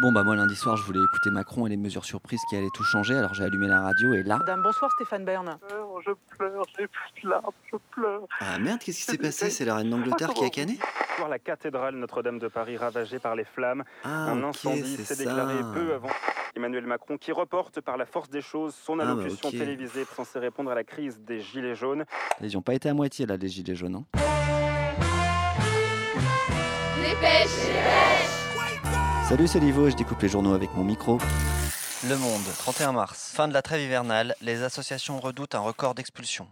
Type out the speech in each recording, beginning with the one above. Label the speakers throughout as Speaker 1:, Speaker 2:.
Speaker 1: Bon, bah moi lundi soir, je voulais écouter Macron et les mesures surprises qui allaient tout changer, alors j'ai allumé la radio et là.
Speaker 2: Madame, bonsoir Stéphane Bern.
Speaker 3: pleure, je pleure, j'ai plus de larmes, je pleure.
Speaker 1: Ah merde, qu'est-ce qui s'est passé C'est la reine
Speaker 4: oh,
Speaker 1: d'Angleterre qui a canné
Speaker 4: Voir la cathédrale Notre-Dame de Paris ravagée par les flammes.
Speaker 1: Ah,
Speaker 4: un
Speaker 1: ok,
Speaker 4: incendie
Speaker 1: c'est
Speaker 4: s'est
Speaker 1: ça.
Speaker 4: déclaré peu avant Emmanuel Macron qui reporte par la force des choses son
Speaker 1: Ah, bah,
Speaker 4: allocution
Speaker 1: ok.
Speaker 4: télévisée censée répondre à la crise des gilets jaunes.
Speaker 1: Ils ont pas été à moitié là, les gilets jaunes. hein. Salut, c'est Livo et je découpe les journaux avec mon micro.
Speaker 5: Le Monde, 31 mars. Fin de la trêve hivernale, les associations redoutent un record d'expulsions.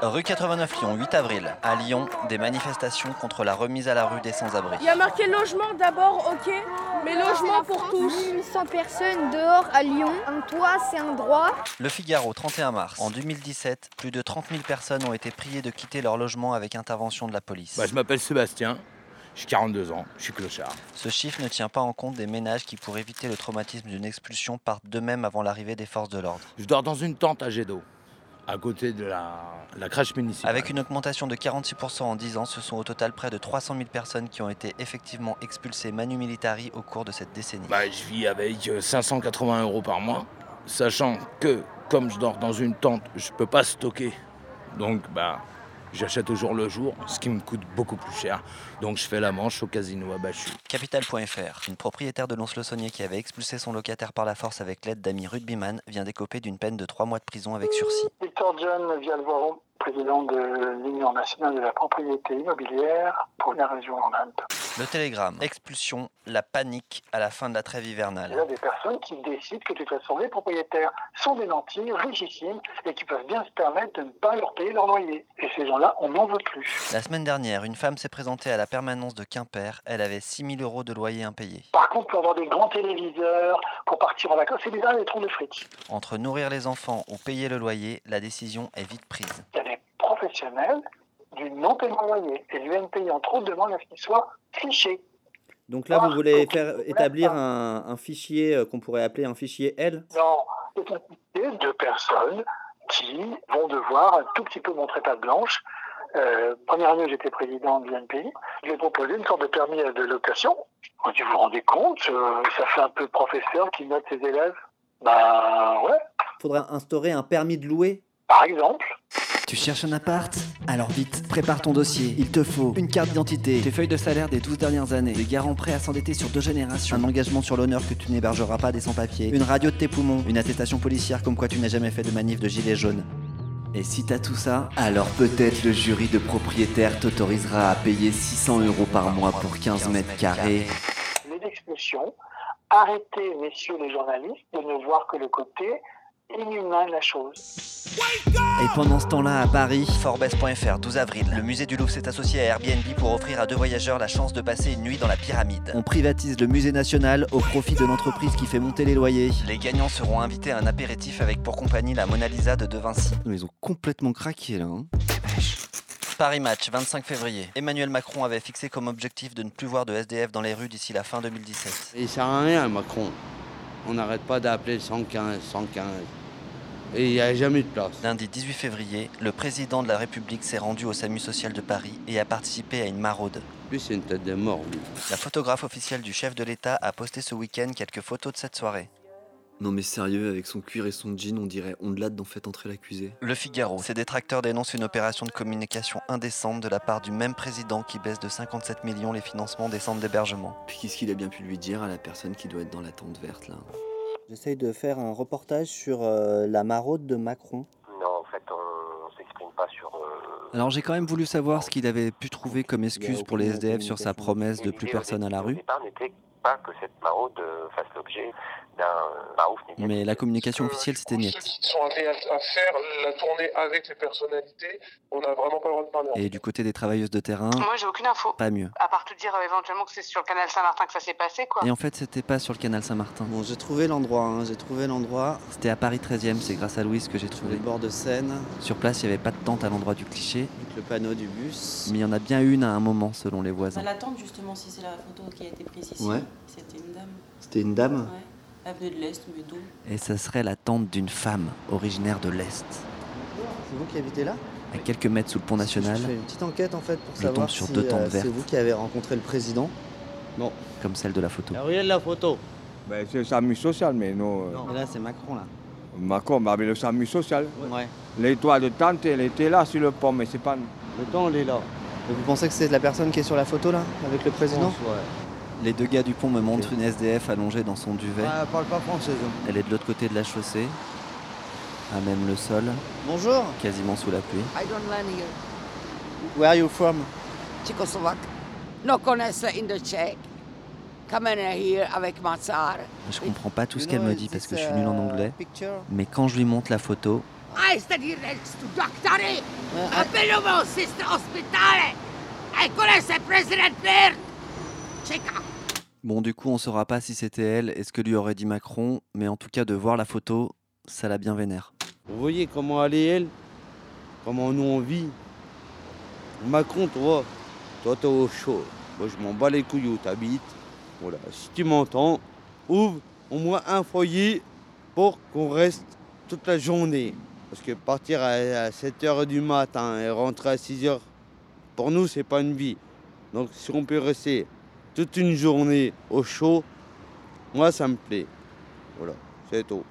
Speaker 5: Rue 89 Lyon, 8 avril. À Lyon, des manifestations contre la remise à la rue des sans-abri.
Speaker 6: Il y a marqué logement d'abord, ok, mais logement pour tous.
Speaker 7: 1800 personnes dehors à Lyon. Un toit, c'est un droit.
Speaker 5: Le Figaro, 31 mars. En 2017, plus de 30 000 personnes ont été priées de quitter leur logement avec intervention de la police.
Speaker 8: Bah, je m'appelle Sébastien, j'ai 42 ans, je suis clochard.
Speaker 5: Ce chiffre ne tient pas en compte des ménages qui, pour éviter le traumatisme d'une expulsion, partent d'eux-mêmes avant l'arrivée des forces de l'ordre.
Speaker 8: Je dors dans une tente à jet d'eau, à côté de la, la crèche municipale.
Speaker 5: Avec une augmentation de 46% en 10 ans, ce sont au total près de 300 000 personnes qui ont été effectivement expulsées manu militari au cours de cette décennie.
Speaker 8: Bah, je vis avec euh, 580 euros par mois, sachant que comme je dors dans une tente, je peux pas stocker. Donc bah j'achète au jour le jour, ce qui me coûte beaucoup plus cher. Donc je fais la manche au casino à Bachu.
Speaker 5: Capital.fr, une propriétaire de Lons-le-Saunier qui avait expulsé son locataire par la force avec l'aide d'amis rugbyman, vient d'écoper d'une peine de 3 mois de prison avec sursis.
Speaker 3: Victor John Vialvoron, président de l'Union nationale de la propriété immobilière pour la région Nantes.
Speaker 5: Le télégramme, expulsion, la panique à la fin de la trêve
Speaker 3: Il y a
Speaker 5: hivernale.
Speaker 3: des personnes qui décident que de toute façon les propriétaires sont des nantis, richissimes, et qui peuvent bien se permettre de ne pas leur payer leur loyer. Et ces gens-là, on n'en veut plus.
Speaker 5: La semaine dernière, une femme s'est présentée à la permanence de Quimper, elle avait 6 000 euros de loyer impayé.
Speaker 3: Par contre, pour avoir des grands téléviseurs, pour partir en vacances, c'est déjà des trous de fric.
Speaker 5: Entre nourrir les enfants ou payer le loyer, la décision est vite prise.
Speaker 3: Il y a des professionnels du non-paiement de loyer. Et l'UNPI, entre autres, demande à ce qu'il soit fiché.
Speaker 9: Donc là, vous voulez
Speaker 3: Ah,
Speaker 9: faire établir un, un fichier euh, qu'on pourrait appeler un fichier L.
Speaker 3: Non, c'est une comité de personnes qui vont devoir un tout petit peu montrer patte blanche. Euh, première année, j'étais président de l'UNPI. Je lui ai proposé une sorte de permis de location. Je lui ai dit, vous vous rendez compte, euh, ça fait un peu professeur qui note ses élèves. Ben ouais,
Speaker 9: Faudrait instaurer un permis de louer.
Speaker 3: par exemple.
Speaker 1: Tu cherches un appart Alors vite, prépare ton dossier. Il te faut une carte d'identité, tes feuilles de salaire des 12 dernières années, des garants prêts à s'endetter sur deux générations,
Speaker 5: un engagement sur l'honneur que tu n'hébergeras pas des sans-papiers, une radio de tes poumons, une attestation policière comme quoi tu n'as jamais fait de manif de gilet jaune.
Speaker 1: Et si t'as tout ça, alors peut-être le jury de propriétaires t'autorisera à payer 600 euros par mois pour 15 mètres carrés.
Speaker 3: Les expulsions. Arrêtez, messieurs les journalistes, de ne voir que le côté inhumain de la chose.
Speaker 1: Et pendant ce temps-là, à Paris,
Speaker 5: Forbes.fr, 12 avril. Le musée du Louvre s'est associé à Airbnb pour offrir à deux voyageurs la chance de passer une nuit dans la pyramide.
Speaker 1: on privatise le musée national au profit de l'entreprise qui fait monter les loyers.
Speaker 5: Les gagnants seront invités à un apéritif avec pour compagnie la Mona Lisa de De Vinci.
Speaker 1: Non, Ils ont complètement craqué là. hein.
Speaker 5: Paris Match, 25 février. Emmanuel Macron avait fixé comme objectif de ne plus voir de SDF dans les rues d'ici la fin 2017.
Speaker 10: Il sert à rien, Macron. On n'arrête pas d'appeler le 115, 115. Et il n'y a jamais eu de place.
Speaker 5: Lundi 18 février, le président de la République s'est rendu au SAMU social de Paris et a participé à une maraude.
Speaker 10: Lui, c'est une tête de mort, lui.
Speaker 5: La photographe officielle du chef de l'État a posté ce week-end quelques photos de cette soirée.
Speaker 1: Non mais sérieux, avec son cuir et son jean, on dirait ondelade d'en fait entrer l'accusé.
Speaker 5: Le Figaro, ses détracteurs dénoncent une opération de communication indécente de la part du même président qui baisse de 57 millions les financements des centres d'hébergement.
Speaker 1: Puis qu'est-ce qu'il a bien pu lui dire à la personne qui doit être dans la tente verte là
Speaker 9: J'essaye de faire un reportage sur euh, la maraude de Macron.
Speaker 3: Non, en fait, on ne s'exprime pas sur... euh,
Speaker 1: Alors j'ai quand même voulu savoir ce qu'il avait pu trouver comme excuse pour les SDF sur sa promesse de plus personne à la rue.
Speaker 3: n'était pas que cette maraude euh, fasse l'objet d'un euh, marouf
Speaker 1: Mais la
Speaker 3: Euh,
Speaker 1: communication officielle c'était
Speaker 3: niais.
Speaker 1: niette.
Speaker 3: sont allés à, à faire la tournée avec les personnalités, on n'a vraiment pas le droit de parler.
Speaker 1: Et du côté des travailleuses de terrain,
Speaker 2: Moi, j'ai aucune info.
Speaker 1: pas mieux.
Speaker 2: À part te dire euh, éventuellement que c'est sur le canal Saint-Martin que ça s'est passé, quoi.
Speaker 1: Et en fait c'était pas sur le canal Saint-Martin.
Speaker 9: Bon, j'ai trouvé l'endroit, hein, j'ai trouvé l'endroit
Speaker 1: C'était à Paris 13e, c'est grâce à Louise que j'ai
Speaker 9: sur les
Speaker 1: trouvé.
Speaker 9: bords de Seine,
Speaker 1: Sur place, il n'y avait pas de tente à l'endroit du cliché,
Speaker 9: avec le panneau du bus.
Speaker 1: mais il y en a bien une à un moment selon les voisins.
Speaker 2: l'attente, justement, si c'est la photo qui a été prise ici.
Speaker 9: Ouais.
Speaker 2: C'était une dame.
Speaker 9: C'était une dame
Speaker 2: Ouais. Elle venait de l'Est, mais d'où
Speaker 1: Et ça serait la tente d'une femme originaire de l'Est.
Speaker 9: C'est vous qui habitez là
Speaker 5: à quelques mètres sous le pont national.
Speaker 9: Je fais une petite enquête en fait pour
Speaker 5: Je tombe
Speaker 9: savoir
Speaker 5: sur
Speaker 9: si
Speaker 5: deux tentes
Speaker 9: euh,
Speaker 5: vertes.
Speaker 9: c'est vous qui avez rencontré le président.
Speaker 10: Non.
Speaker 5: Comme celle de la photo.
Speaker 10: Regardez la photo.
Speaker 11: Ben, c'est le SAMU social, mais non. euh,
Speaker 9: Et là c'est Macron là.
Speaker 11: Macron, ben, mais le SAMU social.
Speaker 9: Ouais.
Speaker 11: L'étoile de tente, elle était là sur le pont, mais c'est pas.
Speaker 10: Le temps, il est là.
Speaker 9: Et vous pensez que c'est la personne qui est sur la photo là avec le président
Speaker 5: Les deux gars du pont me montrent une SDF allongée dans son duvet.
Speaker 9: Ah, elle parle pas français.
Speaker 5: Elle est de l'autre côté de la chaussée, à même le sol,
Speaker 9: Bonjour. Ah,
Speaker 5: quasiment sous la pluie.
Speaker 12: I don't learn here.
Speaker 9: Where are you from?
Speaker 12: Tchécoslovaque. No connaissent in the Czech. Coming here avec Mazar.
Speaker 5: Je comprends pas tout ce
Speaker 12: You
Speaker 5: qu'elle
Speaker 12: know,
Speaker 5: me dit parce
Speaker 12: this,
Speaker 5: que je suis nul en
Speaker 9: euh,
Speaker 5: anglais.
Speaker 12: picture
Speaker 5: Mais quand je lui montre la photo,
Speaker 12: I study next to doctory. Appelez-moi sister hospitale. I connaissent President Baird. Tchéka.
Speaker 5: bon du coup on saura pas si c'était elle et ce que lui aurait dit Macron, mais en tout cas de voir la photo, ça la bien vénère.
Speaker 10: Vous voyez comment elle est, elle Comment nous, on vit Macron, tu vois, toi, t'es au chaud. Moi, je m'en bats les couilles où t'habites. Voilà, si tu m'entends, ouvre au moins un foyer pour qu'on reste toute la journée. Parce que partir à, 7h du matin et rentrer à 6h, pour nous, c'est pas une vie. Donc, si on peut rester toute une journée au chaud, moi, ça me plaît. Voilà, c'est tout.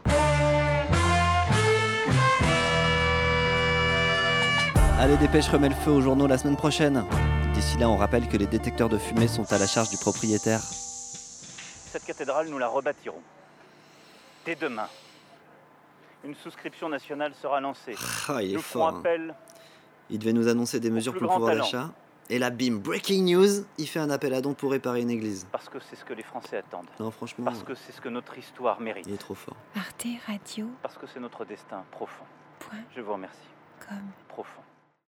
Speaker 5: Allez dépêche remet le feu aux journaux la semaine prochaine. D'ici là on rappelle que les détecteurs de fumée sont à la charge du propriétaire.
Speaker 4: Cette cathédrale, nous la rebâtirons. Dès demain. Une souscription nationale sera lancée.
Speaker 5: Ah, il est
Speaker 4: nous ferons
Speaker 5: fort, hein.
Speaker 4: appel
Speaker 5: Il devait nous annoncer des mesures
Speaker 4: plus
Speaker 5: pour le
Speaker 4: grand
Speaker 5: pouvoir
Speaker 4: talent.
Speaker 5: d'achat. Et là bim, breaking news, il fait un appel à dons pour réparer une église.
Speaker 4: parce que c'est ce que les Français attendent.
Speaker 5: Non franchement,
Speaker 4: Parce que c'est ce que notre histoire mérite.
Speaker 5: Mmh. il est trop fort.
Speaker 13: Arte Radio.
Speaker 4: Parce que c'est notre destin profond. Je vous remercie. Profond.